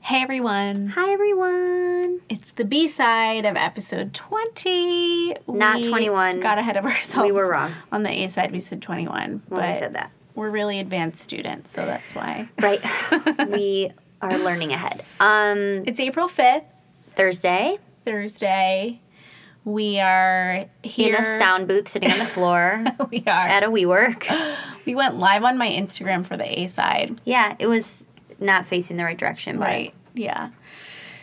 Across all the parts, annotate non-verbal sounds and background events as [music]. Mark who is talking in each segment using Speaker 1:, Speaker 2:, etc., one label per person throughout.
Speaker 1: Hey everyone,
Speaker 2: Hi, everyone.
Speaker 1: it's the B side of episode 20.
Speaker 2: Not
Speaker 1: We
Speaker 2: 21.
Speaker 1: Got ahead of ourselves.
Speaker 2: We were wrong.
Speaker 1: On the A side, we said 21.
Speaker 2: When we said that.
Speaker 1: We're really advanced students, so that's why.
Speaker 2: Right. [laughs] we are learning ahead. Um,
Speaker 1: It's April 5th,
Speaker 2: Thursday,
Speaker 1: Thursday. We are here.
Speaker 2: in a sound booth sitting on the [laughs] floor
Speaker 1: [laughs] we are.
Speaker 2: at a WeWork.
Speaker 1: We went live on my Instagram for the A side.
Speaker 2: Yeah, it was not facing the right direction, but
Speaker 1: Right. Yeah.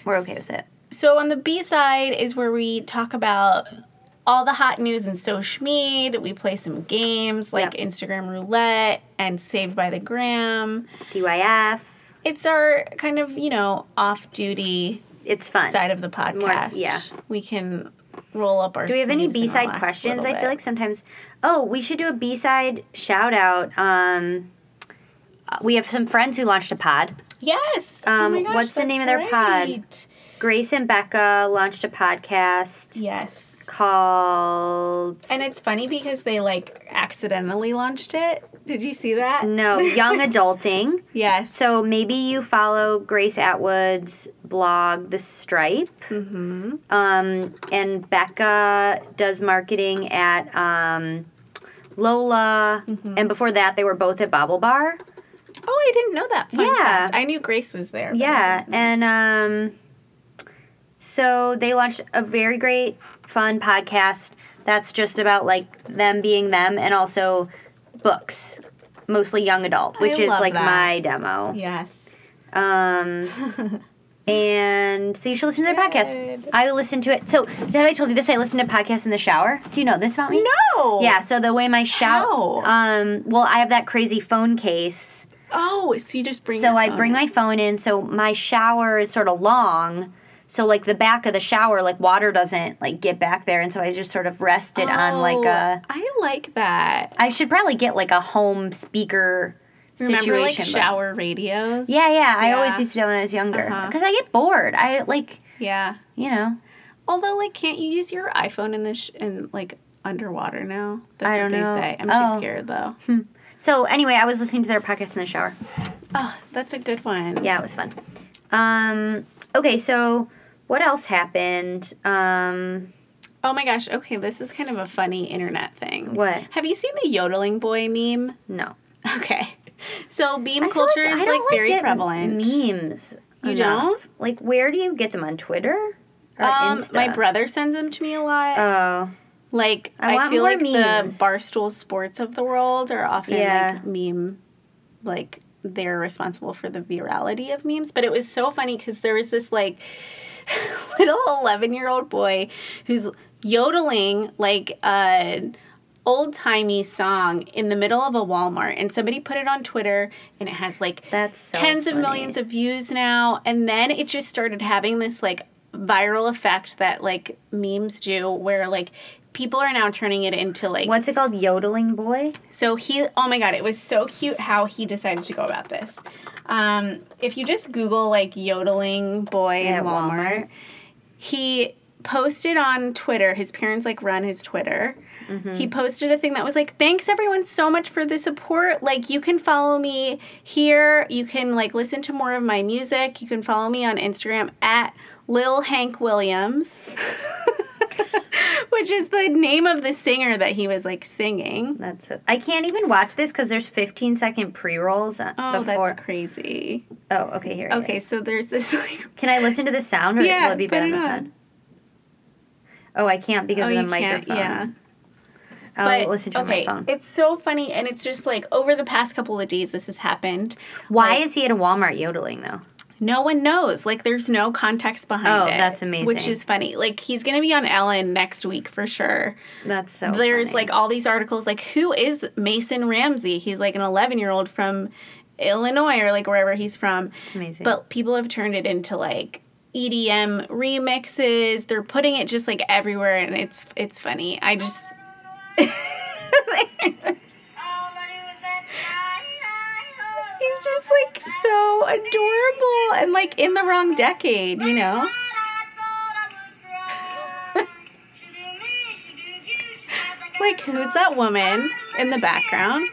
Speaker 2: we're okay with it.
Speaker 1: So on the B side is where we talk about all the hot news in social media. We play some games like
Speaker 2: Yep.
Speaker 1: Instagram roulette and Saved by the Gram.
Speaker 2: DYF,
Speaker 1: It's our kind of, you know, off duty
Speaker 2: it's fun.
Speaker 1: side of the podcast.
Speaker 2: yeah.
Speaker 1: We can roll up our
Speaker 2: do we have any B side questions? I feel like sometimes, oh, we should do a B side shout out. Um, uh, we have some friends who launched a pod.
Speaker 1: Yes. Oh
Speaker 2: Um, what's the name of their
Speaker 1: that's
Speaker 2: pod?
Speaker 1: right.
Speaker 2: Grace and Becca launched a podcast
Speaker 1: Yes.
Speaker 2: called
Speaker 1: And it's funny because they like accidentally launched it. Did you see that? [laughs]
Speaker 2: No, Young Adulting.
Speaker 1: Yes.
Speaker 2: So maybe you follow Grace Atwood's blog, The Stripe. Mm-hmm. Um, and Becca does marketing at um, Lola.
Speaker 1: Mm-hmm.
Speaker 2: And before that, they were both at Bobble Bar.
Speaker 1: Oh, I didn't know that. Fun
Speaker 2: Yeah.
Speaker 1: fact. I knew Grace was there. but I
Speaker 2: Yeah. And um, so they launched a very great, fun podcast that's just about like them being them and also books, mostly young adult, which is
Speaker 1: love
Speaker 2: like
Speaker 1: that.
Speaker 2: my demo.
Speaker 1: Yes.
Speaker 2: Um,
Speaker 1: [laughs]
Speaker 2: and so you should listen to their podcast.
Speaker 1: Good.
Speaker 2: I listen to it. So have I told you this? I listen to podcasts in the shower. Do you know this about me?
Speaker 1: No.
Speaker 2: Yeah. So the way my shower.
Speaker 1: How?
Speaker 2: Um. Well, I have that crazy phone case,
Speaker 1: Oh, so you just bring.
Speaker 2: so
Speaker 1: your
Speaker 2: I
Speaker 1: phone
Speaker 2: bring
Speaker 1: in.
Speaker 2: my phone in. So my shower is sort of long. So like the back of the shower, like water doesn't like get back there, and so I just sort of rested on like uh,
Speaker 1: Oh,
Speaker 2: a.
Speaker 1: I like that.
Speaker 2: I should probably get like a home speaker situation.
Speaker 1: Remember, like
Speaker 2: but-
Speaker 1: shower radios.
Speaker 2: Yeah, yeah. I
Speaker 1: Yeah.
Speaker 2: always used to do it when I was younger
Speaker 1: Uh-huh.
Speaker 2: because I get bored. I like,
Speaker 1: Yeah.
Speaker 2: you know,
Speaker 1: Although, like, can't you use your iPhone in this sh- in like underwater now? That's
Speaker 2: I don't
Speaker 1: what they
Speaker 2: know.
Speaker 1: say. I'm too
Speaker 2: Oh.
Speaker 1: scared
Speaker 2: [laughs]
Speaker 1: though.
Speaker 2: So anyway, I was listening to their podcast in the shower.
Speaker 1: oh, that's a good one.
Speaker 2: Yeah, it was fun. Um, okay, so what else happened? Um,
Speaker 1: Oh my gosh. Okay, this is kind of a funny internet thing.
Speaker 2: What?
Speaker 1: Have you seen the yodeling boy meme? [laughs]
Speaker 2: no,
Speaker 1: Okay. So beam
Speaker 2: I feel
Speaker 1: culture
Speaker 2: I
Speaker 1: is
Speaker 2: don't,
Speaker 1: like very
Speaker 2: get
Speaker 1: prevalent.
Speaker 2: Memes.
Speaker 1: You
Speaker 2: enough. Like, where do you get them on Twitter or
Speaker 1: Um,
Speaker 2: Insta?
Speaker 1: my brother sends them to me a lot.
Speaker 2: Oh,
Speaker 1: Like
Speaker 2: I
Speaker 1: I,
Speaker 2: want
Speaker 1: feel
Speaker 2: more
Speaker 1: like
Speaker 2: memes.
Speaker 1: the barstool sports of the world are often
Speaker 2: Yeah.
Speaker 1: like meme, like they're responsible for the virality of memes. But it was so funny because there was this like [laughs] little eleven year old boy who's yodeling like a old timey song in the middle of a Walmart, and somebody put it on Twitter, and it has like
Speaker 2: that's so
Speaker 1: tens
Speaker 2: funny.
Speaker 1: of millions of views now and then it just started having this like viral effect that like memes do where like people are now turning it into like
Speaker 2: What's it called? Yodeling boy.
Speaker 1: so he oh my god it was so cute how he decided to go about this um if you just google like yodeling boy in
Speaker 2: At
Speaker 1: walmart,
Speaker 2: Walmart.
Speaker 1: he posted on twitter his parents like run his twitter he posted a thing that was like thanks everyone so much for the support like you can follow me here you can like listen to more of my music you can follow me on instagram at lil hank williams [laughs] which is the name of the singer that he was like singing
Speaker 2: That's so, I can't even watch this because there's 15 second pre rolls before.
Speaker 1: Oh, that's crazy.
Speaker 2: oh, okay, here. It
Speaker 1: Okay,
Speaker 2: is.
Speaker 1: so there's this [laughs] like
Speaker 2: Can I listen to the sound or
Speaker 1: Yeah,
Speaker 2: will it be
Speaker 1: put
Speaker 2: better on
Speaker 1: it
Speaker 2: my
Speaker 1: on.
Speaker 2: phone? Oh, I can't because
Speaker 1: oh
Speaker 2: of the
Speaker 1: you can't
Speaker 2: microphone.
Speaker 1: yeah.
Speaker 2: I'll listen to it on my phone.
Speaker 1: It's so funny and it's just like over the past couple of days this has happened.
Speaker 2: Why is he at a Walmart yodeling though?
Speaker 1: No one knows. Like there's no context behind
Speaker 2: Oh,
Speaker 1: it.
Speaker 2: that's
Speaker 1: Which
Speaker 2: amazing.
Speaker 1: is funny. Like he's gonna be on Ellen next week for sure.
Speaker 2: That's so.
Speaker 1: there's
Speaker 2: funny.
Speaker 1: like all these articles like who is Mason Ramsey? He's like an eleven year old from Illinois or like wherever he's from.
Speaker 2: amazing. [laughs]
Speaker 1: But people have turned it into like EDM remixes. They're putting it just like everywhere, and it's it's funny. I just [laughs] he's just like so adorable and like in the wrong decade, you [laughs] know.
Speaker 3: Like, who's that woman in the background?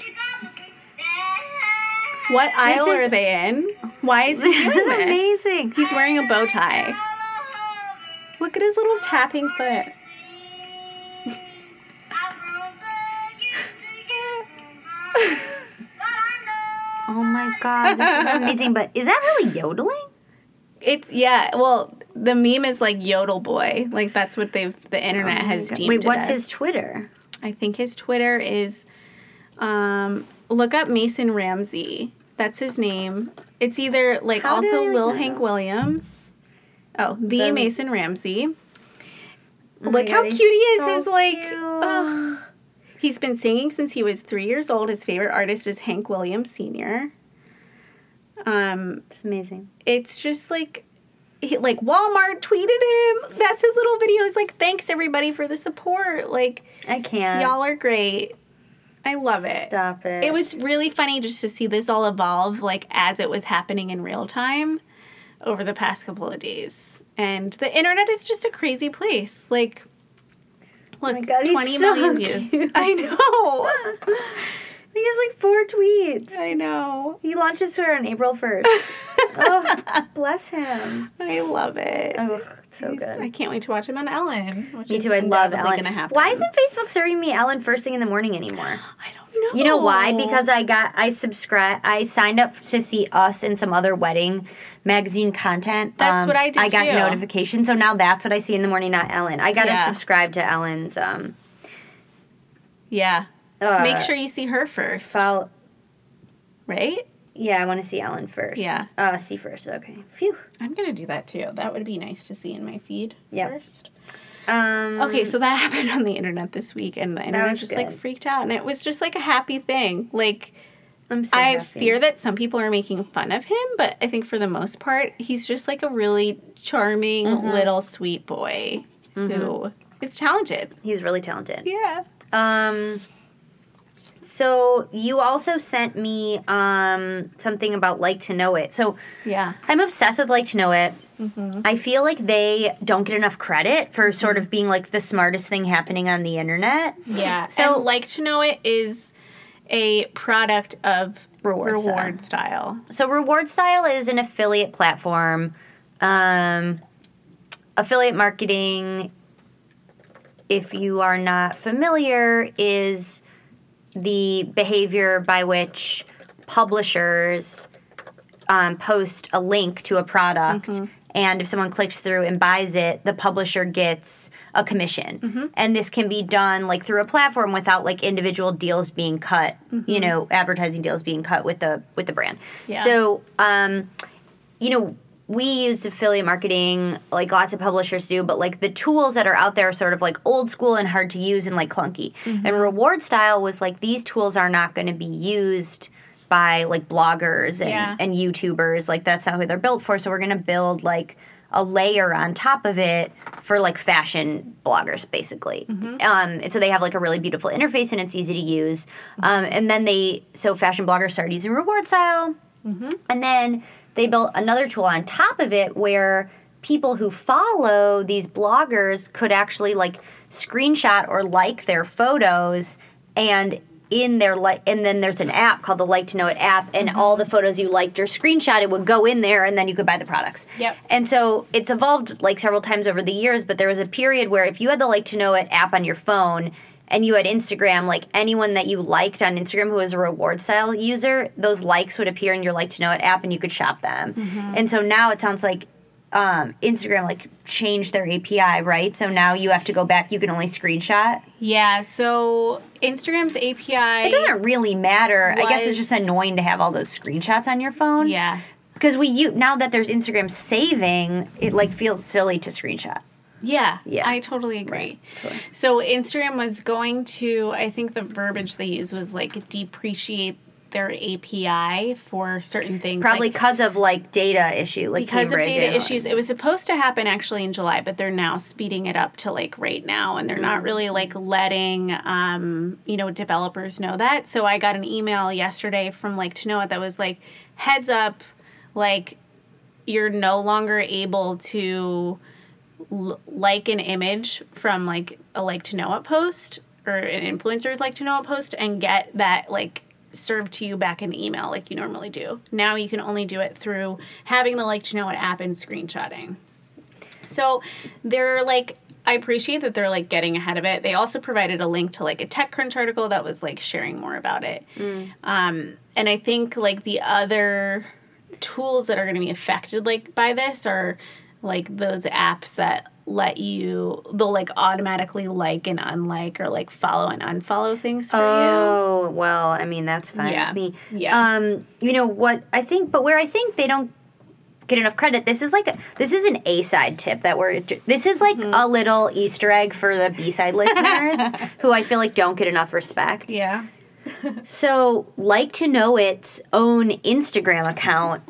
Speaker 1: What aisle
Speaker 2: is-
Speaker 1: are they in? Why is he
Speaker 2: [laughs] This
Speaker 1: doing
Speaker 2: is
Speaker 1: this?
Speaker 2: amazing.
Speaker 1: He's wearing a bow tie. Look at his little tapping foot. [laughs] [laughs]
Speaker 2: Oh my god, this is amazing. But is that really yodeling?
Speaker 1: It's yeah. Well, the meme is like Yodel Boy. Like that's what they've the internet has deemed.
Speaker 2: Oh Wait,
Speaker 1: it
Speaker 2: what's
Speaker 1: as.
Speaker 2: his Twitter?
Speaker 1: I think his Twitter is um look up Mason Ramsey. That's his name. It's either like
Speaker 2: How did I
Speaker 1: also
Speaker 2: not
Speaker 1: Lil
Speaker 2: know?
Speaker 1: Hank Williams. Oh, the,
Speaker 2: The-
Speaker 1: Mason Ramsey.
Speaker 2: Oh my
Speaker 1: Look
Speaker 2: God,
Speaker 1: how
Speaker 2: he's
Speaker 1: cute he is.
Speaker 2: so
Speaker 1: he's like
Speaker 2: cute.
Speaker 1: ugh. He's been singing since he was 3 years old. His favorite artist is Hank Williams Sr. Um
Speaker 2: It's amazing.
Speaker 1: it's just like he, like Walmart tweeted him. That's his little video. He's like, "Thanks everybody for the support." Like
Speaker 2: I can't.
Speaker 1: Y'all are great. I love it.
Speaker 2: Stop it.
Speaker 1: It was really funny just to see this all evolve, like as it was happening in real time over the past couple of days. And the internet is just a crazy place. Like, look,
Speaker 2: Oh
Speaker 1: twenty
Speaker 2: my God,
Speaker 1: million
Speaker 2: he's so
Speaker 1: views. [laughs]
Speaker 2: cute.
Speaker 1: I
Speaker 2: [laughs]
Speaker 1: know.
Speaker 2: He has like four tweets.
Speaker 1: I know.
Speaker 2: He launches Twitter on April
Speaker 1: [laughs]
Speaker 2: 1st. oh, bless him.
Speaker 1: I love it.
Speaker 2: Oh, so good.
Speaker 1: I can't wait to watch him on Ellen. Which
Speaker 2: Me
Speaker 1: is
Speaker 2: too. I love
Speaker 1: undoubtedly
Speaker 2: Ellen.
Speaker 1: Gonna happen.
Speaker 2: Why isn't Facebook serving me Ellen first thing in the morning anymore?
Speaker 1: I don't know.
Speaker 2: You know why? Because I got I subscribe I signed up to see us and some other wedding magazine content. Um,
Speaker 1: That's what I do,
Speaker 2: I got
Speaker 1: too.
Speaker 2: notifications, so now that's what I see in the morning, not Ellen. I gotta
Speaker 1: Yeah.
Speaker 2: subscribe to Ellen's. Um,
Speaker 1: yeah.
Speaker 2: uh,
Speaker 1: Make sure you see her first,
Speaker 2: follow.
Speaker 1: right?
Speaker 2: Yeah, I want to see Ellen first.
Speaker 1: Yeah.
Speaker 2: Uh, see first. Okay. Phew.
Speaker 1: I'm gonna do that too. That would be nice to see in my feed
Speaker 2: Yep.
Speaker 1: first.
Speaker 2: Um,
Speaker 1: Okay, so that [laughs] happened on the internet this week, and the internet
Speaker 2: was
Speaker 1: was just like
Speaker 2: good.
Speaker 1: freaked out, and it was just like a happy thing. Like
Speaker 2: I'm so
Speaker 1: I
Speaker 2: happy.
Speaker 1: fear that some people are making fun of him, but I think for the most part, he's just like a really charming
Speaker 2: Mm-hmm.
Speaker 1: little sweet boy who is talented.
Speaker 2: He's really talented.
Speaker 1: Yeah.
Speaker 2: Um, so you also sent me um, something about like to know it. So
Speaker 1: Yeah.
Speaker 2: I'm obsessed with like to know it. I feel like they don't get enough credit for sort of being like the smartest thing happening on the internet.
Speaker 1: Yeah.
Speaker 2: So-
Speaker 1: So like to know it is a product of
Speaker 2: Reward
Speaker 1: reward,
Speaker 2: style.
Speaker 1: style.
Speaker 2: So Reward Style is an affiliate platform. Um, affiliate marketing, if you are not familiar, is the behavior by which publishers um, post a link to a product. And if someone clicks through and buys it, the publisher gets a commission. And this can be done like through a platform without like individual deals being cut, you know, advertising deals being cut with the with the brand.
Speaker 1: Yeah.
Speaker 2: So, um, you know, we use affiliate marketing like lots of publishers do, but like the tools that are out there are sort of like old school and hard to use and like clunky. And reward style was like these tools are not going to be used by like bloggers and,
Speaker 1: Yeah.
Speaker 2: and YouTubers. Like that's not who they're built for. So we're going to build like a layer on top of it for like fashion bloggers basically. Um, and so they have like a really beautiful interface and it's easy to use. Um, and then they, so fashion bloggers started using reward style. And then they built another tool on top of it where people who follow these bloggers could actually like screenshot or like their photos and in their like and then there's an app called the like to know it app and all the photos you liked or screenshotted would go in there and then you could buy the products
Speaker 1: Yep.
Speaker 2: and so it's evolved like several times over the years but there was a period where if you had the like to know it app on your phone and you had Instagram, like anyone that you liked on Instagram who was a reward style user, those likes would appear in your like to know it app and you could shop them.
Speaker 1: Mm-hmm.
Speaker 2: And so now it sounds like um, Instagram like changed their API, right? So now you have to go back, you can only screenshot.
Speaker 1: Yeah. So Instagram's API.
Speaker 2: It doesn't really matter. I guess it's just
Speaker 1: Was-
Speaker 2: annoying to have all those screenshots on your phone.
Speaker 1: Yeah.
Speaker 2: Because we u- now that there's Instagram saving, it like feels silly to screenshot.
Speaker 1: Yeah,
Speaker 2: Yeah.
Speaker 1: I totally agree.
Speaker 2: totally.
Speaker 1: So Instagram was going to, I think the verbiage they used was like depreciate their API for certain things.
Speaker 2: Probably
Speaker 1: like,
Speaker 2: because of like data issue, like
Speaker 1: because
Speaker 2: Cambridge
Speaker 1: of data
Speaker 2: Analytica.
Speaker 1: issues. It was supposed to happen actually in July, but they're now speeding it up to like right now, and they're not really like letting um, you know developers know that. So I got an email yesterday from like to know it that was like heads up, like you're no longer able to l- like an image from like a like to know it post or an influencer's like to know it post and get that like served to you back in email like you normally do. Now you can only do it through having the like to know what app and screenshotting. So they're like I appreciate that they're like getting ahead of it. They also provided a link to like a TechCrunch article that was like sharing more about it.
Speaker 2: Mm.
Speaker 1: Um, and I think like the other tools that are going to be affected like by this are like those apps that let you they'll like automatically like and unlike or like follow and unfollow things for you.
Speaker 2: Oh well, I mean that's fine
Speaker 1: Yeah.
Speaker 2: with me.
Speaker 1: Yeah.
Speaker 2: Um, you know what I think, but where I think they don't get enough credit. This is like a, this is an A side tip that we're. This is like
Speaker 1: Mm-hmm.
Speaker 2: a little Easter egg for the
Speaker 1: [laughs]
Speaker 2: B side listeners who I feel like don't get enough respect.
Speaker 1: Yeah.
Speaker 2: So, like to know its own Instagram account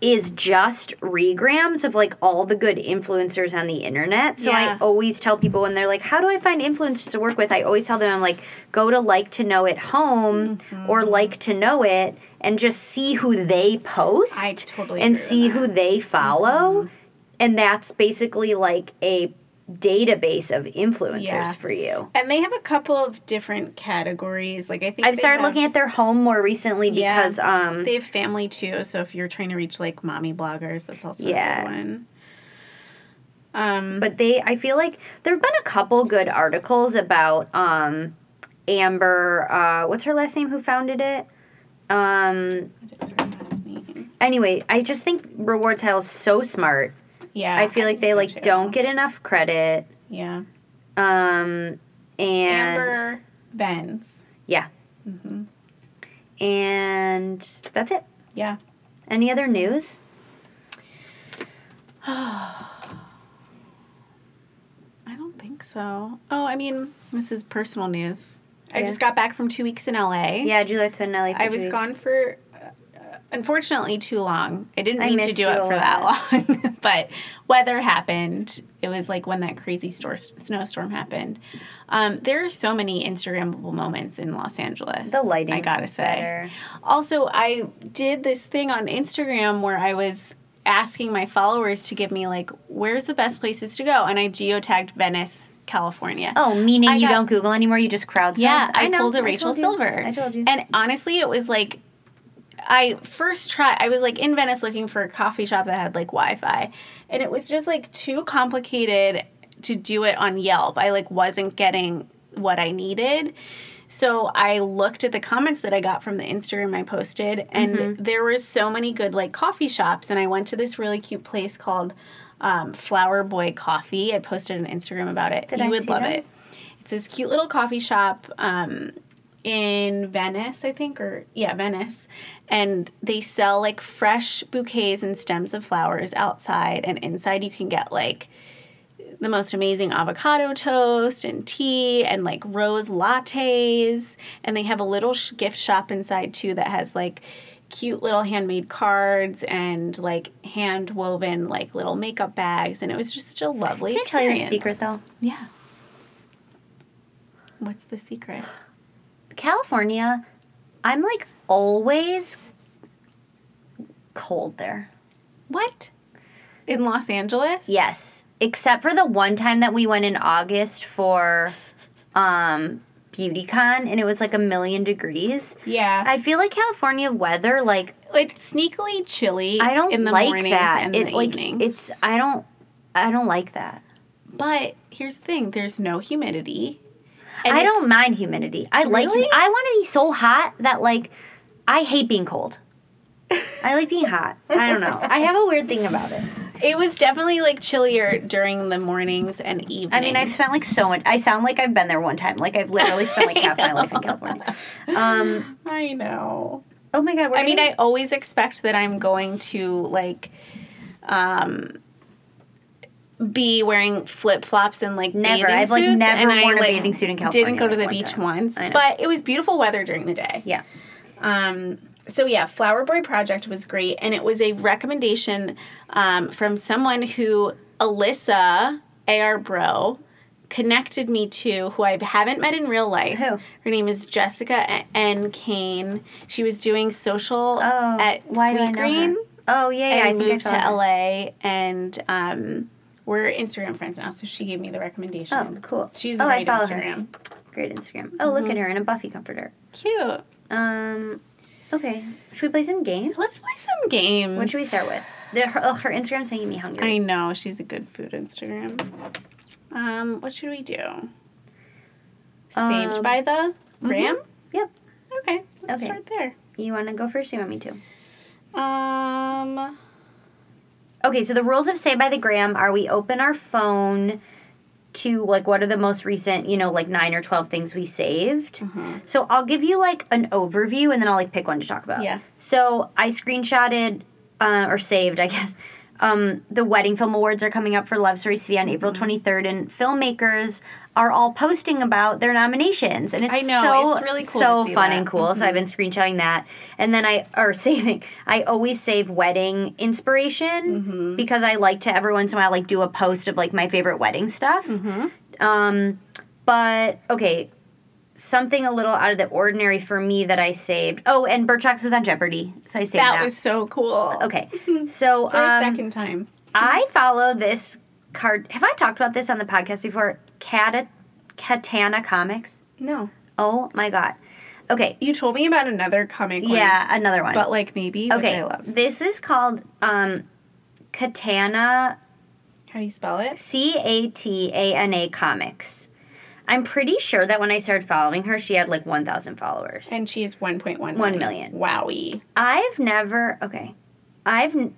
Speaker 2: is just regrams of like all the good influencers on the internet. So
Speaker 1: Yeah.
Speaker 2: I always tell people when they're like, "How do I find influencers to work with?" I always tell them I'm like, "Go to like to know it home
Speaker 1: Mm-hmm.
Speaker 2: or like to know it and just see who they post
Speaker 1: I totally agree
Speaker 2: and
Speaker 1: with
Speaker 2: see
Speaker 1: that. Mm-hmm.
Speaker 2: who they follow." And that's basically like a database of influencers
Speaker 1: Yeah.
Speaker 2: for you.
Speaker 1: And they have a couple of different categories. Like I think
Speaker 2: I've
Speaker 1: they
Speaker 2: started
Speaker 1: have-
Speaker 2: looking at their home more recently
Speaker 1: Yeah.
Speaker 2: because um
Speaker 1: They have family too, so if you're trying to reach like mommy bloggers, that's also
Speaker 2: Yeah.
Speaker 1: a good one. Um,
Speaker 2: but they I feel like there've been a couple good articles about um Amber uh what's her last name who founded it? Um
Speaker 1: what is her last name?
Speaker 2: anyway, I just think Reward Tile is so smart.
Speaker 1: Yeah,
Speaker 2: I feel like
Speaker 1: think
Speaker 2: they
Speaker 1: so,
Speaker 2: like
Speaker 1: too.
Speaker 2: don't get enough credit.
Speaker 1: Yeah,
Speaker 2: Um and
Speaker 1: Amber Benz. Mm-hmm.
Speaker 2: yeah. And that's it. [sighs]
Speaker 1: Yeah,
Speaker 2: Any other news?
Speaker 1: I don't think so. Oh, I mean, this is personal news. I just got back from two weeks in LA.
Speaker 2: Yeah, Juliet's been in LA for
Speaker 1: I
Speaker 2: two
Speaker 1: was
Speaker 2: weeks.
Speaker 1: gone for uh, unfortunately too long. I didn't
Speaker 2: I
Speaker 1: mean to
Speaker 2: missed
Speaker 1: do
Speaker 2: you
Speaker 1: it
Speaker 2: a
Speaker 1: for that [laughs] long, but weather happened. It was like when that crazy store, snowstorm happened. Um, there are so many Instagrammable moments in Los Angeles.
Speaker 2: The lighting.
Speaker 1: I gotta say.
Speaker 2: Better.
Speaker 1: Also, I did this thing on Instagram where I was asking my followers to give me like, where's the best places to go, and I geotagged Venice, California.
Speaker 2: Oh, meaning
Speaker 1: I
Speaker 2: you
Speaker 1: got-
Speaker 2: don't Google anymore, you just crowdsource?
Speaker 1: Yeah, I,
Speaker 2: know,
Speaker 1: pulled a
Speaker 2: I
Speaker 1: Rachel
Speaker 2: told you,
Speaker 1: Silver.
Speaker 2: I told you.
Speaker 1: And honestly, it was like I first tried. I was like in Venice looking for a coffee shop that had like Wi-Fi, and it was just like too complicated to do it on Yelp. I like wasn't getting what I needed. So I looked at the comments that I got from the Instagram I posted, and
Speaker 2: Mm-hmm.
Speaker 1: there were so many good like coffee shops. And I went to this really cute place called um, Flower Boy Coffee. I posted an Instagram about it.
Speaker 2: Did
Speaker 1: you
Speaker 2: I
Speaker 1: would
Speaker 2: see
Speaker 1: love
Speaker 2: that?
Speaker 1: it. It's this cute little coffee shop um, in Venice, I think, or yeah, Venice. And they sell like fresh bouquets and stems of flowers outside, and inside you can get like the most amazing avocado toast and tea and like rose lattes. And they have a little sh- gift shop inside too that has like cute little handmade cards and like hand woven like little makeup bags. And it was just such a lovely
Speaker 2: Can I tell you a
Speaker 1: experience.
Speaker 2: secret though?
Speaker 1: Yeah. What's the secret?
Speaker 2: California, I'm like always cold there.
Speaker 1: What? In Los Angeles?
Speaker 2: Yes, except for the one time that we went in August for um BeautyCon and it was like a million degrees.
Speaker 1: Yeah.
Speaker 2: I feel like California weather like
Speaker 1: it's sneakily chilly
Speaker 2: I don't
Speaker 1: in the
Speaker 2: like
Speaker 1: mornings
Speaker 2: that.
Speaker 1: and
Speaker 2: it
Speaker 1: the
Speaker 2: like
Speaker 1: evenings.
Speaker 2: it's I don't I don't like that.
Speaker 1: but here's the thing, there's no humidity.
Speaker 2: I
Speaker 1: it's-
Speaker 2: don't mind humidity. I like.
Speaker 1: Really?
Speaker 2: I want to be so hot that like, I hate being cold. I like being hot. I don't know. I have a weird thing about it.
Speaker 1: It was definitely like chillier during the mornings and evenings.
Speaker 2: I mean, I've spent like so much. I sound like I've been there one time. Like I've literally
Speaker 1: [laughs]
Speaker 2: spent like half my life in California. Um.
Speaker 1: I know.
Speaker 2: Oh my god. We're
Speaker 1: I mean,
Speaker 2: gonna-
Speaker 1: I always expect that I'm going to like um be wearing flip flops and like
Speaker 2: Never.
Speaker 1: Bathing
Speaker 2: I've, like,
Speaker 1: suits,
Speaker 2: never
Speaker 1: and I,
Speaker 2: worn a
Speaker 1: like,
Speaker 2: bathing suit in California,
Speaker 1: Didn't go to
Speaker 2: like,
Speaker 1: the
Speaker 2: one
Speaker 1: beach
Speaker 2: time.
Speaker 1: once,
Speaker 2: I know.
Speaker 1: but it was beautiful weather during the day.
Speaker 2: yeah.
Speaker 1: Um, so yeah, Flower Boy Project was great, and it was a recommendation um, from someone who Alyssa AR Bro connected me to, who I haven't met in real life.
Speaker 2: Who?
Speaker 1: Her name is Jessica A- N. Kane. She was doing social
Speaker 2: Oh.
Speaker 1: at
Speaker 2: why do
Speaker 1: Sweet
Speaker 2: I know
Speaker 1: Green
Speaker 2: her? Oh yeah, yeah.
Speaker 1: and
Speaker 2: I think
Speaker 1: moved
Speaker 2: I
Speaker 1: to
Speaker 2: saw her.
Speaker 1: LA, and um, we're Instagram friends now. So she gave me the recommendation.
Speaker 2: Oh, cool.
Speaker 1: She's
Speaker 2: oh,
Speaker 1: great
Speaker 2: I follow
Speaker 1: Instagram. Mm-hmm.
Speaker 2: her. Great Instagram. Oh, look at her in a Buffy comforter.
Speaker 1: Cute.
Speaker 2: Um, okay. Should we play some games?
Speaker 1: Let's play some games.
Speaker 2: What should we start with? The, her, oh, her Instagram's making me hungry.
Speaker 1: I know she's a good food Instagram. Um, what should we do? Saved
Speaker 2: Um,
Speaker 1: by the Ram.
Speaker 2: Yep.
Speaker 1: Okay, let's
Speaker 2: Okay.
Speaker 1: start there.
Speaker 2: You want to go first? Or you want me to?
Speaker 1: Um,
Speaker 2: Okay, so the rules of Say by the Gram are we open our phone to like what are the most recent, you know, like nine or twelve things we saved. So I'll give you like an overview and then I'll like pick one to talk about.
Speaker 1: Yeah.
Speaker 2: So I screenshotted uh, or saved, I [laughs] guess. Um, the wedding film awards are coming up for Love Story TV on April twenty third, and filmmakers are all posting about their nominations, and it's
Speaker 1: I know,
Speaker 2: so
Speaker 1: it's really cool
Speaker 2: so
Speaker 1: to see that.
Speaker 2: fun
Speaker 1: Mm-hmm.
Speaker 2: and cool. So I've been screenshotting that, and then I or [laughs] saving. I always save wedding inspiration
Speaker 1: Mm-hmm.
Speaker 2: because I like to every once in a while like do a post of like my favorite wedding stuff.
Speaker 1: Mm-hmm.
Speaker 2: Um, but okay, something a little out of the ordinary for me that I saved. Oh, and Birchbox was on Jeopardy, so I saved
Speaker 1: that
Speaker 2: that.
Speaker 1: was so cool. [laughs]
Speaker 2: okay, so
Speaker 1: For a
Speaker 2: um,
Speaker 1: second time.
Speaker 2: I follow this card. Have I talked about this on the podcast before? Cata, Katana Comics.
Speaker 1: No,
Speaker 2: Oh my god. Okay.
Speaker 1: you told me about another comic. one,
Speaker 2: Yeah, another one.
Speaker 1: but like maybe. Okay. Which
Speaker 2: okay.
Speaker 1: I love.
Speaker 2: This is called um, Katana
Speaker 1: How do you spell it?
Speaker 2: C A T A N A Comics. I'm pretty sure that when I started following her, she had like 1,000 followers.
Speaker 1: And she's 1.1 million.
Speaker 2: One million.
Speaker 1: Wowie.
Speaker 2: I've never okay. I've n-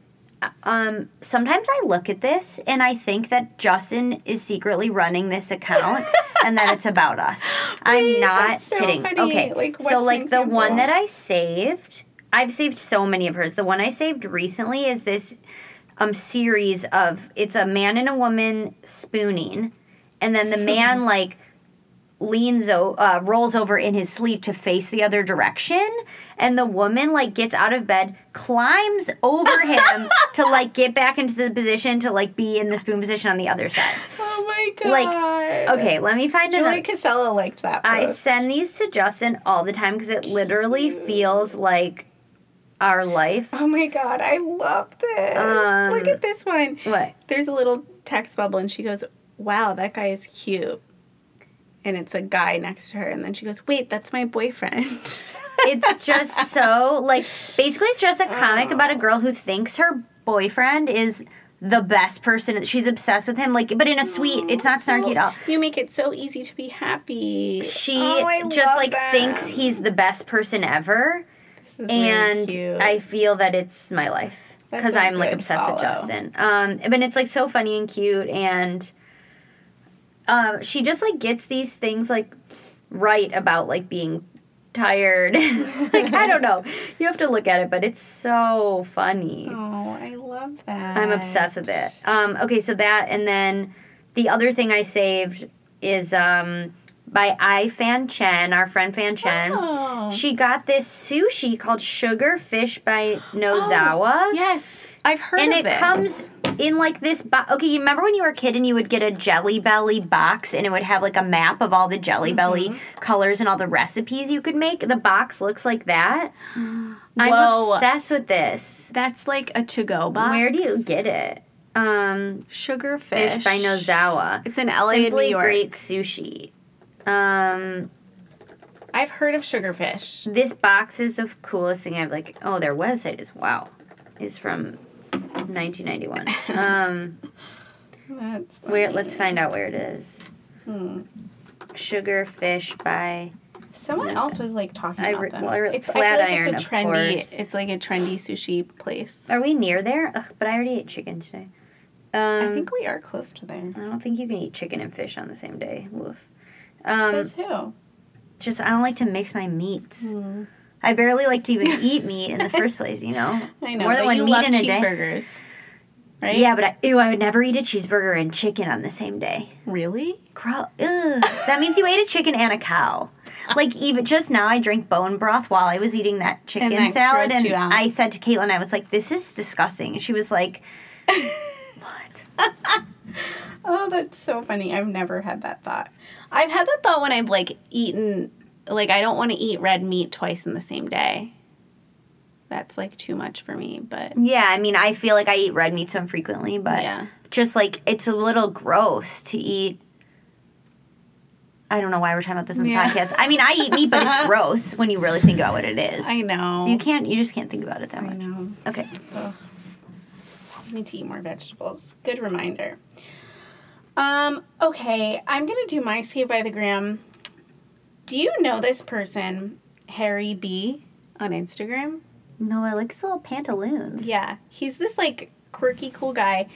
Speaker 2: um sometimes I look at this and I think that Justin is secretly running
Speaker 1: [laughs]
Speaker 2: this account and that it's about us. I'm not
Speaker 1: that's so
Speaker 2: kidding.
Speaker 1: funny.
Speaker 2: Okay.
Speaker 1: Like,
Speaker 2: so
Speaker 1: what's
Speaker 2: like
Speaker 1: an
Speaker 2: the one
Speaker 1: example?
Speaker 2: that I saved, I've saved so many of hers. The one I saved recently is this um series of it's a man and a woman spooning and then the man like leans o- uh, rolls over in his sleep to face the other direction and the woman like gets out of bed climbs over him to like get back into the position to like be in the spoon position on the other side
Speaker 1: Oh my god.
Speaker 2: Like, okay let me find
Speaker 1: Julia
Speaker 2: another
Speaker 1: Casella liked that.
Speaker 2: i
Speaker 1: post.
Speaker 2: send these to justin all the time because it literally feels like
Speaker 1: [sighs]
Speaker 2: our life
Speaker 1: Oh my god, I love this.
Speaker 2: Um,
Speaker 1: Look at this one.
Speaker 2: what
Speaker 1: There's a little text bubble, and she goes, Wow, that guy is cute. And it's a guy next to her. And then she goes, Wait, that's my
Speaker 2: [laughs]
Speaker 1: boyfriend.
Speaker 2: it's just so like basically it's just a comic about a
Speaker 1: Oh.
Speaker 2: girl who thinks her boyfriend is the best person she's obsessed with him like but in a sweet it's not snarky at all
Speaker 1: You make it so easy to be happy.
Speaker 2: she
Speaker 1: Oh, I
Speaker 2: just
Speaker 1: love
Speaker 2: like
Speaker 1: them.
Speaker 2: thinks he's the best person ever
Speaker 1: This is really
Speaker 2: and
Speaker 1: cute.
Speaker 2: i feel that it's my life
Speaker 1: That's
Speaker 2: because
Speaker 1: a
Speaker 2: i'm like
Speaker 1: good
Speaker 2: obsessed with
Speaker 1: follow.
Speaker 2: justin um but it's like so funny and cute and um she just like gets these things like right about like being tired [laughs] like i don't know you have to look at it but it's so funny
Speaker 1: Oh, I love that.
Speaker 2: I'm obsessed with it. Um, okay, so that and then the other thing I saved is um, by I Fan Chen, our friend Fan Chen.
Speaker 1: Oh.
Speaker 2: She got this sushi called Sugar Fish by Nozawa.
Speaker 1: Yes, Oh, I've heard
Speaker 2: And
Speaker 1: of
Speaker 2: it
Speaker 1: this.
Speaker 2: comes in like this box. Okay, you remember when you were a kid and you would get a Jelly Belly box and it would have like a map of all the Jelly Belly
Speaker 1: Mm-hmm.
Speaker 2: colors and all the recipes you could make? The box looks
Speaker 1: [gasps]
Speaker 2: like that. I'm
Speaker 1: Whoa.
Speaker 2: obsessed with this.
Speaker 1: That's like a to go box.
Speaker 2: Where do you get it? Um,
Speaker 1: Sugar fish.
Speaker 2: Fish by Nozawa.
Speaker 1: It's in LA and
Speaker 2: Simply
Speaker 1: New York.
Speaker 2: Great Sushi. Um,
Speaker 1: I've heard of sugar fish.
Speaker 2: this box is the f- coolest thing I've like. Oh, their website is wow, is from 1991.
Speaker 1: [laughs]
Speaker 2: Um,
Speaker 1: That's
Speaker 2: where? Let's find out where it is.
Speaker 1: Hmm.
Speaker 2: Sugar Fish by.
Speaker 1: Someone else was like talking
Speaker 2: I
Speaker 1: about
Speaker 2: re-
Speaker 1: them.
Speaker 2: well, I re-
Speaker 1: it's,
Speaker 2: flat
Speaker 1: I feel
Speaker 2: iron,
Speaker 1: like
Speaker 2: of
Speaker 1: it's a trendy.
Speaker 2: course. Um,
Speaker 1: It's like a trendy sushi place.
Speaker 2: Are we near there? Ugh, but I already ate chicken today. Um,
Speaker 1: I think we are close to there.
Speaker 2: I don't think you can eat chicken and fish on the same day. Woof. Um,
Speaker 1: Says who?
Speaker 2: just I don't like to mix my meats. I barely like to even
Speaker 1: [laughs]
Speaker 2: eat meat in the first place, you know.
Speaker 1: I know.
Speaker 2: More than
Speaker 1: but
Speaker 2: one
Speaker 1: you
Speaker 2: meat
Speaker 1: love
Speaker 2: in a day.
Speaker 1: cheeseburgers, right?
Speaker 2: Yeah, but I, ew, I would never eat a cheeseburger and chicken on the same day.
Speaker 1: Really?
Speaker 2: Grow, ew. that means you ate a chicken and a cow. Like even just now, I drank bone broth while I was eating that chicken
Speaker 1: that
Speaker 2: salad,
Speaker 1: grossed
Speaker 2: and
Speaker 1: you out.
Speaker 2: I said to Caitlin, I was like, "This is disgusting." And she
Speaker 1: [laughs]
Speaker 2: was like, "What?"
Speaker 1: Oh, that's so funny. I've never had that thought. I've had that thought when I've like eaten. Like I don't want to eat red meat twice in the same day. That's like too much for me. But
Speaker 2: Yeah, I mean, I feel like I eat red meat so infrequently, but
Speaker 1: yeah.
Speaker 2: just like it's a little gross to eat I don't know why we're talking about this in the
Speaker 1: Yeah.
Speaker 2: podcast. I mean, I eat meat, but
Speaker 1: [laughs]
Speaker 2: it's gross when you really think about what it is.
Speaker 1: I know.
Speaker 2: So you can't. You just can't think about it that
Speaker 1: I
Speaker 2: much.
Speaker 1: know.
Speaker 2: Okay.
Speaker 1: Ugh. I need to eat more vegetables. Good reminder. Um, okay, I'm gonna do my save by the gram. Do you know this person, Harry B, on Instagram?
Speaker 2: No, I like his little pantaloons.
Speaker 1: Yeah, he's this like quirky, cool guy.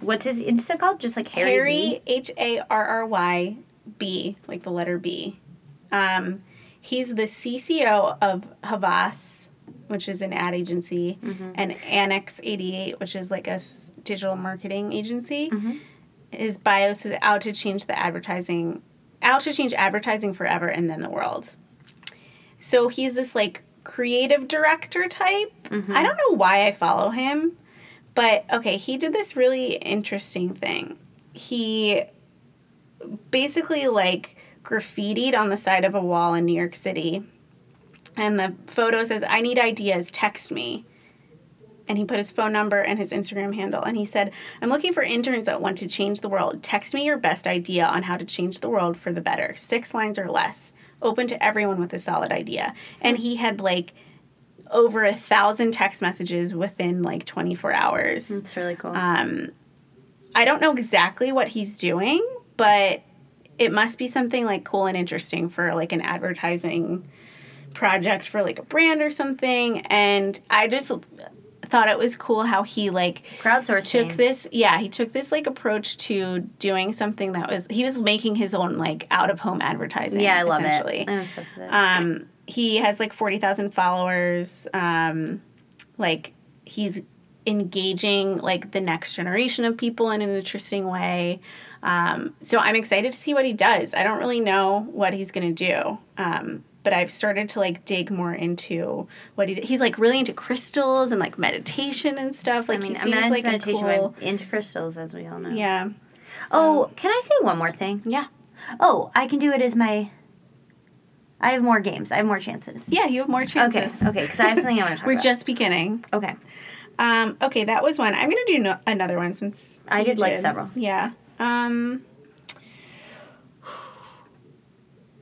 Speaker 2: What's his Insta called? Just like Harry. B?
Speaker 1: Harry H A R R Y B, like the letter B. Um, he's the CCO of Havas, which is an ad agency,
Speaker 2: Mm-hmm.
Speaker 1: and Annex 88, which is like a s- digital marketing agency.
Speaker 2: Mm-hmm.
Speaker 1: His bio says "Out to change the advertising, out to change advertising forever, and then the world." So he's this like creative director type.
Speaker 2: Mm-hmm.
Speaker 1: I don't know why I follow him. But okay, he did this really interesting thing. He basically like graffitied on the side of a wall in New York City. And the photo says, I need ideas, text me. And he put his phone number and his Instagram handle. And he said, I'm looking for interns that want to change the world. Text me your best idea on how to change the world for the better. Six lines or less. Open to everyone with a solid idea. And he had like over a thousand text messages within like 24 hours.
Speaker 2: That's really cool.
Speaker 1: Um, I don't know exactly what he's doing, but it must be something like cool and interesting for like an advertising project for like a brand or something. And I just thought it was cool how he like
Speaker 2: Crowdsourcing.
Speaker 1: took this yeah he took this like approach to doing something that was he was making his own like out of home advertising
Speaker 2: yeah, I love
Speaker 1: essentially.
Speaker 2: it. I'm obsessed with it.
Speaker 1: Um, he has like 40,000 followers. Um, like, he's engaging like the next generation of people in an interesting way. Um, so I'm excited to see what he does. I don't really know what he's going to do. Um, but I've started to like dig more into what he he's like really into crystals and like meditation and stuff. Like
Speaker 2: I mean,
Speaker 1: he
Speaker 2: I'm
Speaker 1: seems
Speaker 2: not into
Speaker 1: like
Speaker 2: meditation,
Speaker 1: a
Speaker 2: but
Speaker 1: cool,
Speaker 2: I'm into crystals, as we all know.
Speaker 1: yeah,
Speaker 2: Oh, can I say one more thing?
Speaker 1: yeah,
Speaker 2: Oh, I can do it as my. I have more games. I have more chances.
Speaker 1: yeah. You have more
Speaker 2: Okay.
Speaker 1: chances.
Speaker 2: Okay. Because I have something I
Speaker 1: [laughs]
Speaker 2: want to talk
Speaker 1: We're
Speaker 2: about.
Speaker 1: just beginning.
Speaker 2: okay.
Speaker 1: Um, okay, that was one. I'm gonna do no- another one since
Speaker 2: I
Speaker 1: you
Speaker 2: did, like, several.
Speaker 1: Yeah. Um,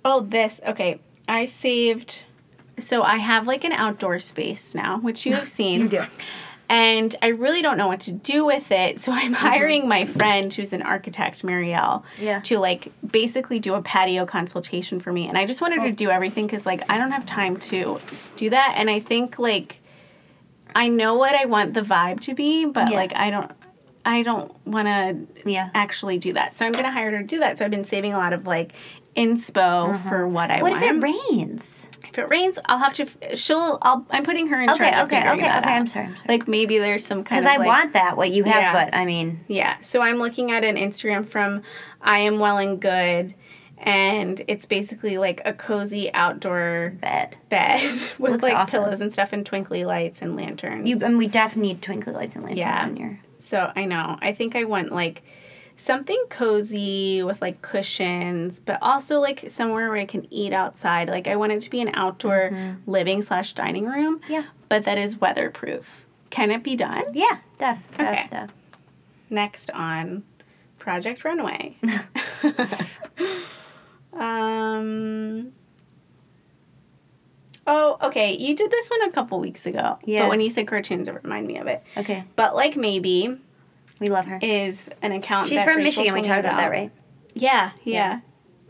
Speaker 1: oh, this. Okay, I saved. So I have like an outdoor space now, which
Speaker 2: [laughs]
Speaker 1: you have seen. And I really don't know what to do with it, so
Speaker 2: Mm-hmm.
Speaker 1: I'm hiring my friend who's an architect, Marielle,
Speaker 2: Yeah.
Speaker 1: to like basically do a patio consultation for me. And I just
Speaker 2: Oh.
Speaker 1: wanted her to do everything because like I don't have time to do that. And I think like I know what I want the vibe to be, but
Speaker 2: Yeah.
Speaker 1: like I don't I don't want to
Speaker 2: Yeah.
Speaker 1: actually do that. So I'm going to hire her to do that. So I've been saving a lot of like inspo for what I
Speaker 2: Uh-huh. What if
Speaker 1: want.
Speaker 2: it rains?
Speaker 1: If it rains, I'll have to f- she'll I'll I'm putting her in charge.
Speaker 2: Okay.
Speaker 1: of
Speaker 2: Okay.
Speaker 1: figuring
Speaker 2: Okay. Okay.
Speaker 1: that out.
Speaker 2: I'm sorry. I'm sorry.
Speaker 1: Like maybe there's some kind
Speaker 2: Because
Speaker 1: of
Speaker 2: I
Speaker 1: like-
Speaker 2: want that what you have,
Speaker 1: Yeah.
Speaker 2: but I mean,
Speaker 1: yeah. So I'm looking at an Instagram from I am well and good and it's basically like a cozy outdoor
Speaker 2: bed.
Speaker 1: bed [laughs] with
Speaker 2: Looks
Speaker 1: like
Speaker 2: awesome.
Speaker 1: pillows and stuff and twinkly lights and lanterns.
Speaker 2: You and we def need twinkly lights and lanterns
Speaker 1: Yeah.
Speaker 2: on your.
Speaker 1: So I know. I think I want like something cozy with like cushions, but also like somewhere where I can eat outside. Like I want it to be an outdoor living slash dining room.
Speaker 2: Yeah.
Speaker 1: But that is weatherproof. Can it be done?
Speaker 2: Yeah. Def. Def.
Speaker 1: Okay.
Speaker 2: Def.
Speaker 1: Next on Project Runway. um Oh, okay. You did this one a couple weeks ago.
Speaker 2: Yeah.
Speaker 1: But when you said cartoons, it reminded me of it.
Speaker 2: Okay.
Speaker 1: But like maybe
Speaker 2: We love her.
Speaker 1: is an account.
Speaker 2: She's
Speaker 1: that
Speaker 2: from
Speaker 1: Rachel
Speaker 2: Michigan. We
Speaker 1: told me
Speaker 2: talked about that, right?
Speaker 1: Yeah, yeah.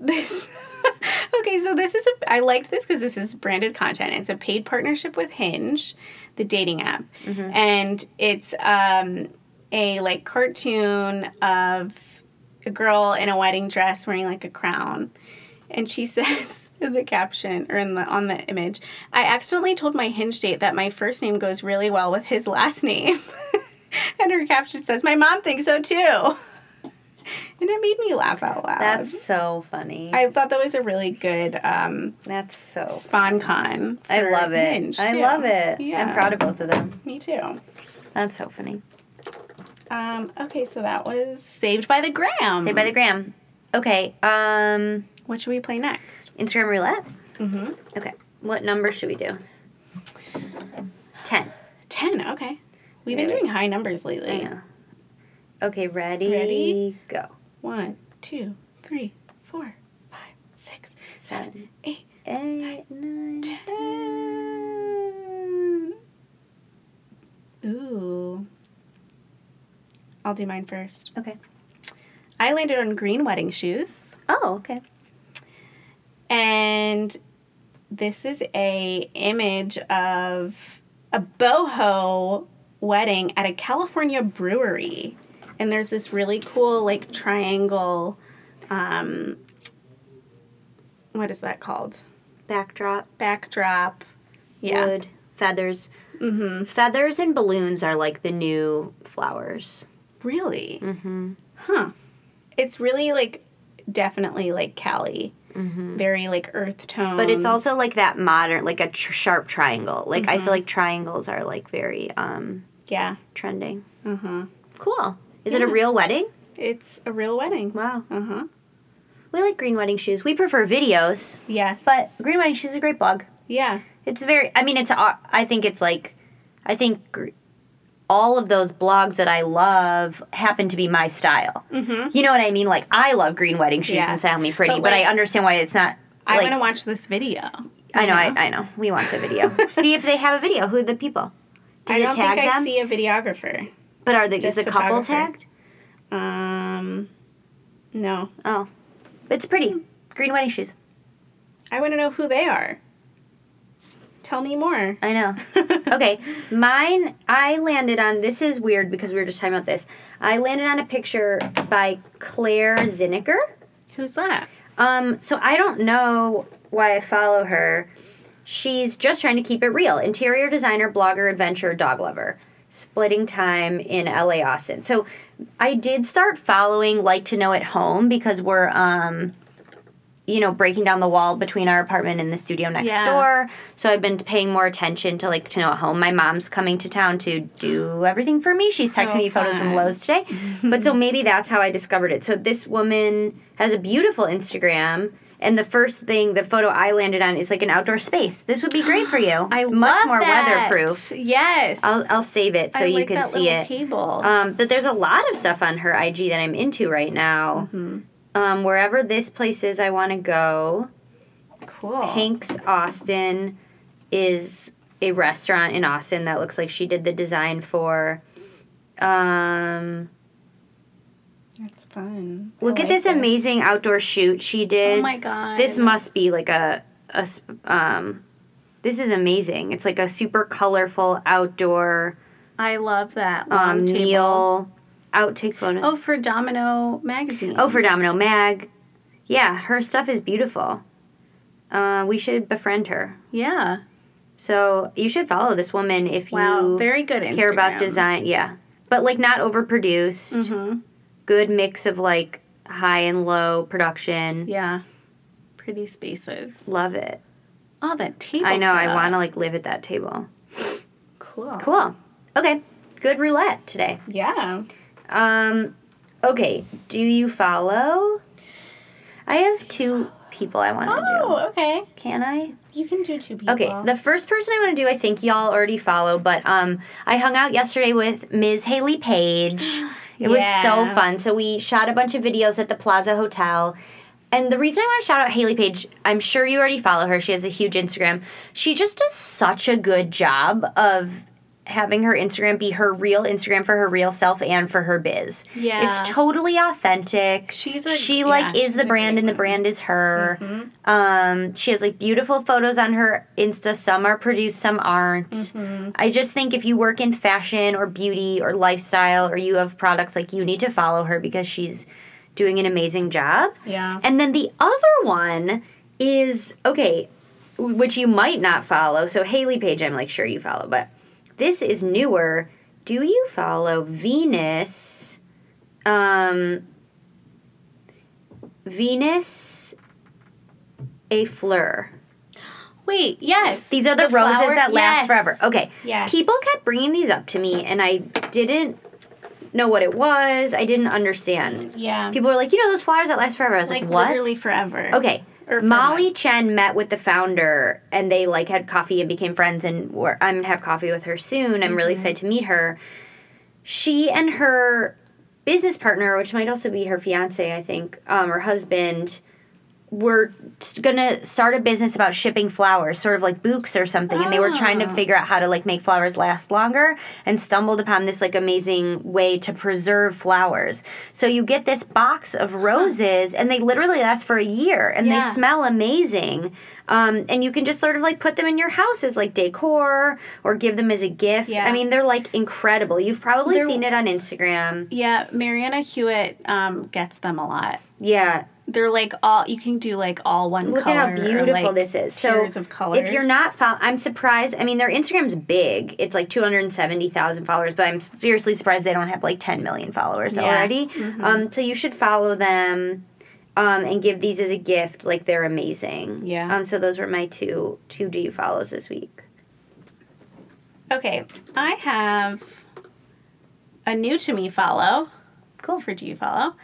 Speaker 1: This. [laughs] okay, so this is a. I liked this because this is branded content. It's a paid partnership with Hinge, the dating app, and it's um, a like cartoon of a girl in a wedding dress wearing like a crown, and she [laughs] says. In the caption or in the on the image, I accidentally told my hinge date that my first name goes really well with his last name, [laughs] and her caption says, "My mom thinks so too." [laughs] And it made me laugh out loud.
Speaker 2: That's so funny.
Speaker 1: I thought that was a really good um,
Speaker 2: That's so.
Speaker 1: SponCon.
Speaker 2: I
Speaker 1: for
Speaker 2: love it.
Speaker 1: Hinge,
Speaker 2: I
Speaker 1: too.
Speaker 2: love it. I'm
Speaker 1: Yeah.
Speaker 2: proud of both of them.
Speaker 1: Me too.
Speaker 2: That's so funny.
Speaker 1: Um, okay, so that was Saved by the Gram.
Speaker 2: Say by the gram. Okay. Um,
Speaker 1: What should we play next?
Speaker 2: Instagram roulette.
Speaker 1: Mm-hmm.
Speaker 2: Okay. What number should we do? Ten.
Speaker 1: Ten. Okay. We've been
Speaker 2: Wait, wait.
Speaker 1: doing high numbers lately.
Speaker 2: Yeah. Okay. Ready.
Speaker 1: Ready?
Speaker 2: Go.
Speaker 1: One, two, three, four, five, seven, eight,
Speaker 2: Eight, nine.
Speaker 1: ten. Ooh. I'll do mine first.
Speaker 2: Okay.
Speaker 1: I landed on green wedding shoes.
Speaker 2: Oh, okay.
Speaker 1: and this is a image of a boho wedding at a California brewery, and there's this really cool like triangle. Um, what is that called?
Speaker 2: Backdrop,
Speaker 1: Backdrop. Yeah.
Speaker 2: wood, feathers. Mm-hmm. Feathers and balloons are like the new flowers.
Speaker 1: Really? Mm-hmm. Huh. It's really like definitely like Cali. Very like earth tone.
Speaker 2: Mm-hmm. But it's also like that modern, like a tr- sharp triangle. Like I
Speaker 1: Mm-hmm.
Speaker 2: feel like triangles are like very um
Speaker 1: yeah. Uh-huh.
Speaker 2: trending. Mm-hmm. Cool. Is it a real wedding?
Speaker 1: It's a real wedding.
Speaker 2: Wow.
Speaker 1: Uh huh.
Speaker 2: We like green wedding shoes. We prefer videos,
Speaker 1: Yes.
Speaker 2: but green wedding shoes is a great blog.
Speaker 1: yeah.
Speaker 2: It's very. I mean, it's. au- I think it's like. I think gr- all of those blogs that I love happen to be my style. Mm-hmm. You know what I mean? Like I love green wedding shoes
Speaker 1: Yeah.
Speaker 2: and soundly pretty,
Speaker 1: But,
Speaker 2: but, I
Speaker 1: like,
Speaker 2: understand why it's not.
Speaker 1: I
Speaker 2: like,
Speaker 1: want to watch this video.
Speaker 2: I know. I, I know. We want
Speaker 1: [laughs]
Speaker 2: the video. See if they have a video. Who are the people? Do
Speaker 1: I
Speaker 2: they
Speaker 1: don't
Speaker 2: tag
Speaker 1: think
Speaker 2: them?
Speaker 1: I see a videographer.
Speaker 2: but are the is
Speaker 1: just
Speaker 2: the couple
Speaker 1: photographer.
Speaker 2: tagged?
Speaker 1: Um, no.
Speaker 2: Oh, it's pretty. Green wedding shoes.
Speaker 1: I want to know who they are. Tell me more.
Speaker 2: I know. okay, mine. I landed on this is weird because we were just talking about this. I landed on a picture by Claire Zinnecker.
Speaker 1: [laughs] Who's that?
Speaker 2: Um, so I don't know why I follow her. She's just trying to keep it real. Interior designer, blogger, adventure, dog lover. Splitting time in LA Austin. So I did start following Like to Know at Home because we're um you know, breaking down the wall between our apartment and the studio next
Speaker 1: Yeah.
Speaker 2: door. So I've been paying more attention to like to know at home. My mom's coming to town to do everything for me. She's texting
Speaker 1: So
Speaker 2: me photos from
Speaker 1: fun.
Speaker 2: Lowe's those today. but so maybe that's how I discovered it. So this woman has a beautiful Instagram. And the first thing, the photo I landed on is like an outdoor space. This would be great for you.
Speaker 1: [gasps] I
Speaker 2: much
Speaker 1: love
Speaker 2: more
Speaker 1: that.
Speaker 2: weatherproof.
Speaker 1: Yes.
Speaker 2: I'll, I'll save it so
Speaker 1: I
Speaker 2: you
Speaker 1: like
Speaker 2: can
Speaker 1: that
Speaker 2: see
Speaker 1: little
Speaker 2: it.
Speaker 1: Table.
Speaker 2: Um, but there's a lot of stuff on her IG that I'm into right now.
Speaker 1: Mm-hmm.
Speaker 2: Um, wherever this place is, I want to go.
Speaker 1: cool.
Speaker 2: Hanks Austin is a restaurant in Austin that looks like she did the design for. Um,
Speaker 1: That's fun. I
Speaker 2: Look
Speaker 1: like
Speaker 2: at this
Speaker 1: that.
Speaker 2: amazing outdoor shoot she did.
Speaker 1: Oh my god.
Speaker 2: This must be like a a sp- um this is amazing. It's like a super colorful outdoor
Speaker 1: I love that long
Speaker 2: um
Speaker 1: table.
Speaker 2: meal outtake photo.
Speaker 1: Oh, for Domino magazine.
Speaker 2: Oh, for Domino Mag. Yeah, her stuff is beautiful. Uh, we should befriend her.
Speaker 1: yeah.
Speaker 2: So you should follow this woman if
Speaker 1: Wow.
Speaker 2: you
Speaker 1: Very good. Instagram.
Speaker 2: care about design. Yeah, but like not overproduced.
Speaker 1: Mhm.
Speaker 2: Good mix of like high and low production.
Speaker 1: Yeah. Pretty spaces.
Speaker 2: Love it.
Speaker 1: Oh, that table.
Speaker 2: I know. I
Speaker 1: setup.
Speaker 2: want to like live at that table.
Speaker 1: Cool.
Speaker 2: Cool. Okay. Good roulette today.
Speaker 1: Yeah.
Speaker 2: Um, okay. Do you follow? I have two people I want to do.
Speaker 1: Oh, okay.
Speaker 2: Can I?
Speaker 1: You can do two people.
Speaker 2: Okay. The first person I want to do, I think y'all already follow, but um, I hung out yesterday with Ms. Haley Page.
Speaker 1: [gasps]
Speaker 2: It was so
Speaker 1: Yeah.
Speaker 2: fun. So we shot a bunch of videos at the Plaza Hotel. And the reason I want to shout out Haley Page, I'm sure you already follow her. She has a huge Instagram. She just does such a good job of having her Instagram be her real Instagram for her real self and for her biz.
Speaker 1: Yeah.
Speaker 2: It's totally authentic.
Speaker 1: She's a-
Speaker 2: she like
Speaker 1: yeah,
Speaker 2: is
Speaker 1: she's
Speaker 2: the
Speaker 1: a Mm-hmm.
Speaker 2: brand
Speaker 1: great
Speaker 2: and the
Speaker 1: one.
Speaker 2: brand is her. Um, she has like beautiful photos on her Insta. Some are produced, some aren't.
Speaker 1: Mm-hmm.
Speaker 2: I just think if you work in fashion or beauty or lifestyle or you have products, like you need to follow her because she's doing an amazing job.
Speaker 1: yeah.
Speaker 2: And then the other one is okay, w- which you might not follow. So Haley Page, I'm like sure you follow, but this is newer. Do you follow Venus? Um, Venus, a fleur.
Speaker 1: Wait, yes.
Speaker 2: These are the, roses
Speaker 1: flower-
Speaker 2: that last
Speaker 1: yes.
Speaker 2: forever. Okay.
Speaker 1: Yes.
Speaker 2: People kept bringing these up to me, and I didn't know what it was. I didn't understand.
Speaker 1: Yeah.
Speaker 2: People were like, you know, those flowers that last forever. I was like,
Speaker 1: like
Speaker 2: what?
Speaker 1: literally forever.
Speaker 2: Okay.
Speaker 1: Or for
Speaker 2: Molly
Speaker 1: months.
Speaker 2: Chen met with the founder and they like had coffee and became friends and were, I'm gonna have coffee with her soon. I'm really excited to meet her. She and her business partner, which might also be her fiance, I think, um, her husband, were t- gonna start a business about shipping flowers, sort of like books or something, and they were trying to
Speaker 1: Ah.
Speaker 2: figure out how to like make flowers last longer, and stumbled upon this like amazing way to preserve flowers. So you get this box of roses, and they literally last for a year, and they
Speaker 1: Yeah.
Speaker 2: smell amazing. Um, and you can just sort of like put them in your house as like decor or give them as a gift.
Speaker 1: Yeah.
Speaker 2: I mean, they're like incredible. You've probably
Speaker 1: They're-
Speaker 2: seen it on Instagram.
Speaker 1: Yeah, Mariana Hewitt um, gets them a lot.
Speaker 2: Yeah.
Speaker 1: They're like all you can do like all one
Speaker 2: Look
Speaker 1: color.
Speaker 2: at how
Speaker 1: or,
Speaker 2: beautiful
Speaker 1: like,
Speaker 2: this is. So
Speaker 1: tiers of colors.
Speaker 2: if you're not follow, I'm surprised. I mean, their Instagram's big. It's like 270,000 followers, but I'm seriously surprised they don't have like 10 million followers
Speaker 1: Yeah. Mm-hmm.
Speaker 2: already. Um, so you should follow them um, and give these as a gift. Like they're amazing.
Speaker 1: Yeah.
Speaker 2: Um, so those were my two two do you follows this week.
Speaker 1: Okay, I have a new to me follow.
Speaker 2: Cool.
Speaker 1: For Do You Follow?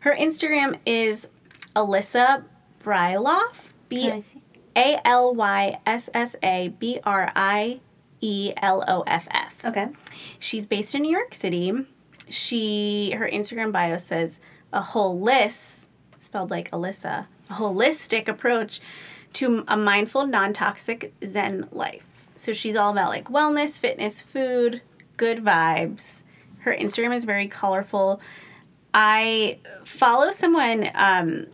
Speaker 1: Her Instagram is Alyssa Bryloff. B A L Y S S A B R I E L O F F.
Speaker 2: Okay.
Speaker 1: She's based in New York City. She her Instagram bio says a holistic spelled like Alyssa, a holistic approach to a mindful, non-toxic Zen life. So she's all about like wellness, fitness, food, good vibes. Her Instagram is very colorful. I follow someone um,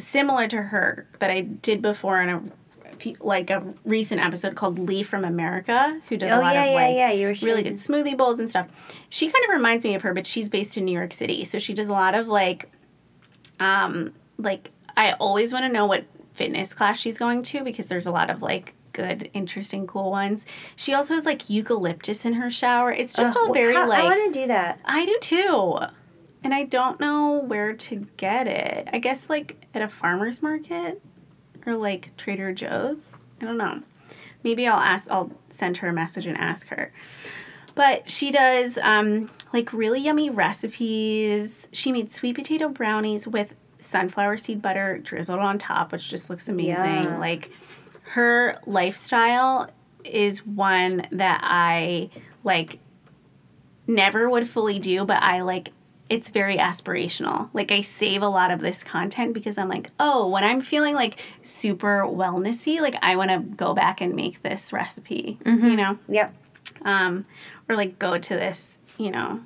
Speaker 1: similar to her that I did before in a few- like a recent episode called Lee from America, who does
Speaker 2: Oh,
Speaker 1: a lot
Speaker 2: yeah,
Speaker 1: of
Speaker 2: yeah,
Speaker 1: like
Speaker 2: yeah. You were
Speaker 1: really
Speaker 2: showing-
Speaker 1: good smoothie bowls and stuff. She kind of reminds me of her, but she's based in New York City, so she does a lot of like, um, like I always want to know what fitness class she's going to because there's a lot of like good, interesting, cool ones. She also has like eucalyptus in her shower. It's just all
Speaker 2: Ugh,
Speaker 1: very
Speaker 2: how-
Speaker 1: like
Speaker 2: I want to do that.
Speaker 1: I do too. And I don't know where to get it. I guess like at a farmer's market or like Trader Joe's. I don't know. Maybe I'll ask I'll send her a message and ask her. But she does um like really yummy recipes. She made sweet potato brownies with sunflower seed butter drizzled on top, which just looks amazing.
Speaker 2: Yeah.
Speaker 1: Like her lifestyle is one that I like never would fully do, but I like it's very aspirational. Like I save a lot of this content because I'm like, oh, when I'm feeling like super wellnessy, like I want to go back and make this recipe,
Speaker 2: Mm-hmm.
Speaker 1: you know,
Speaker 2: Yep.
Speaker 1: um, or like go to this, you know,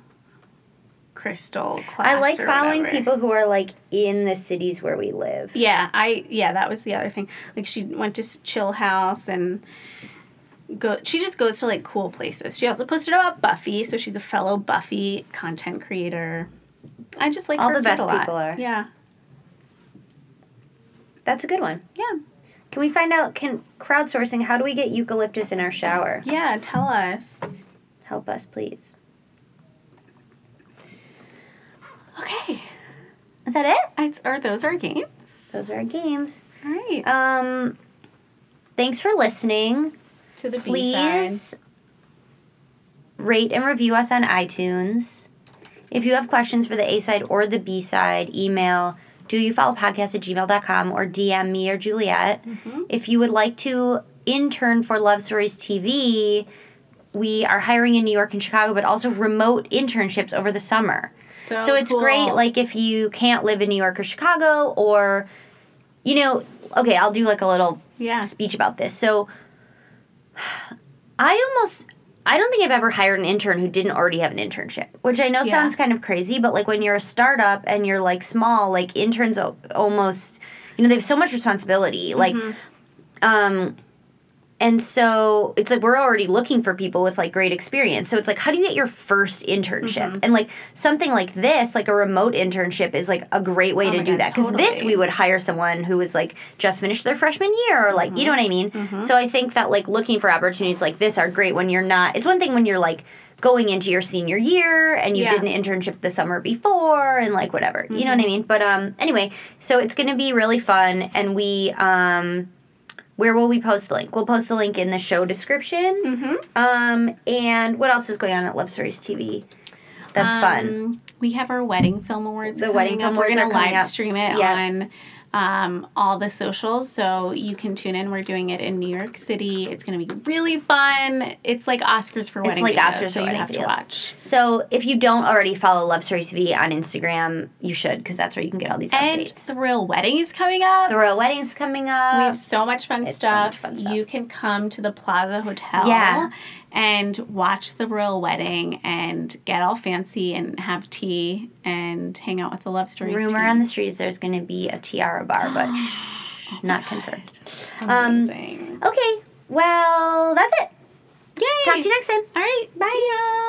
Speaker 1: crystal class.
Speaker 2: I like
Speaker 1: or
Speaker 2: following
Speaker 1: whatever.
Speaker 2: people who are like in the cities where we live.
Speaker 1: Yeah, I yeah, that was the other thing. Like she went to s- Chill House and go. She just goes to like cool places. She also posted about Buffy, so she's a fellow Buffy content creator. I just like
Speaker 2: All
Speaker 1: her
Speaker 2: the
Speaker 1: feed
Speaker 2: best
Speaker 1: a lot.
Speaker 2: people are.
Speaker 1: Yeah,
Speaker 2: That's a good one.
Speaker 1: yeah,
Speaker 2: Can we find out? Can crowdsourcing? How do we get eucalyptus in our shower?
Speaker 1: yeah. Tell us.
Speaker 2: Help us, please.
Speaker 1: Okay,
Speaker 2: Is that it?
Speaker 1: it's, are those our games?
Speaker 2: Those are our games.
Speaker 1: All right.
Speaker 2: Um, thanks for listening.
Speaker 1: to the B-side.
Speaker 2: Please rate and review us on iTunes. If you have questions for the A side or the B side, email do you follow podcast at gmail.com or DM me or Juliet.
Speaker 1: Mm-hmm.
Speaker 2: If you would like to intern for Love Stories TV, we are hiring in New York and Chicago, but also remote internships over the summer.
Speaker 1: So,
Speaker 2: So it's
Speaker 1: Oh, cool.
Speaker 2: great, like if you can't live in New York or Chicago, or you know, okay, I'll do like a little
Speaker 1: yeah.
Speaker 2: speech about this. So I almost I don't think I've ever hired an intern who didn't already have an internship, which I know
Speaker 1: Yeah.
Speaker 2: sounds kind of crazy, but like when you're a startup and you're like small, like interns al- almost you know they have so much responsibility. Like
Speaker 1: Mm-hmm.
Speaker 2: um and so it's like we're already looking for people with like great experience. So it's like how do you get your first internship?
Speaker 1: Mm-hmm.
Speaker 2: And like something like this, like a remote internship is like a great way
Speaker 1: Oh
Speaker 2: to
Speaker 1: my
Speaker 2: do
Speaker 1: God,
Speaker 2: that cuz this
Speaker 1: totally.
Speaker 2: we would hire someone who was like just finished their freshman year or like you know what I mean? So I think that like looking for opportunities like this are great when you're not it's one thing when you're like going into your senior year and you
Speaker 1: Yeah.
Speaker 2: did an internship the summer before and like whatever. You know what I mean? But um anyway, so it's going to be really fun and we um where will we post the link? We'll post the link in the show description.
Speaker 1: Mm-hmm.
Speaker 2: Um, and what else is going on at Love Stories TV? That's fun.
Speaker 1: Um, We have our wedding film awards.
Speaker 2: The
Speaker 1: coming
Speaker 2: wedding film
Speaker 1: up.
Speaker 2: awards
Speaker 1: We're
Speaker 2: are
Speaker 1: gonna
Speaker 2: coming
Speaker 1: live
Speaker 2: up.
Speaker 1: stream it
Speaker 2: Yeah.
Speaker 1: on um, all the socials. So you can tune in. We're doing it in New York City. It's going to be really fun. It's like Oscars for wedding
Speaker 2: like
Speaker 1: videos,
Speaker 2: Oscars for
Speaker 1: so you
Speaker 2: wedding
Speaker 1: have to
Speaker 2: videos.
Speaker 1: watch.
Speaker 2: So if you don't already follow Love Stories V on Instagram, you should because that's where you can get all these
Speaker 1: And
Speaker 2: updates.
Speaker 1: the real wedding is coming up.
Speaker 2: the royal wedding's coming
Speaker 1: We
Speaker 2: up.
Speaker 1: have so much fun
Speaker 2: It's so
Speaker 1: stuff.
Speaker 2: much fun stuff.
Speaker 1: You can come to the Plaza Hotel
Speaker 2: Yeah.
Speaker 1: and watch the royal wedding and get all fancy and have tea and hang out with the love stories.
Speaker 2: Rumor
Speaker 1: team.
Speaker 2: on the street is there's going to be a tiara bar,
Speaker 1: [gasps]
Speaker 2: but shh, not confirmed. Um,
Speaker 1: Amazing.
Speaker 2: okay, well that's it.
Speaker 1: Yay!
Speaker 2: Talk to you next time.
Speaker 1: All right. Bye.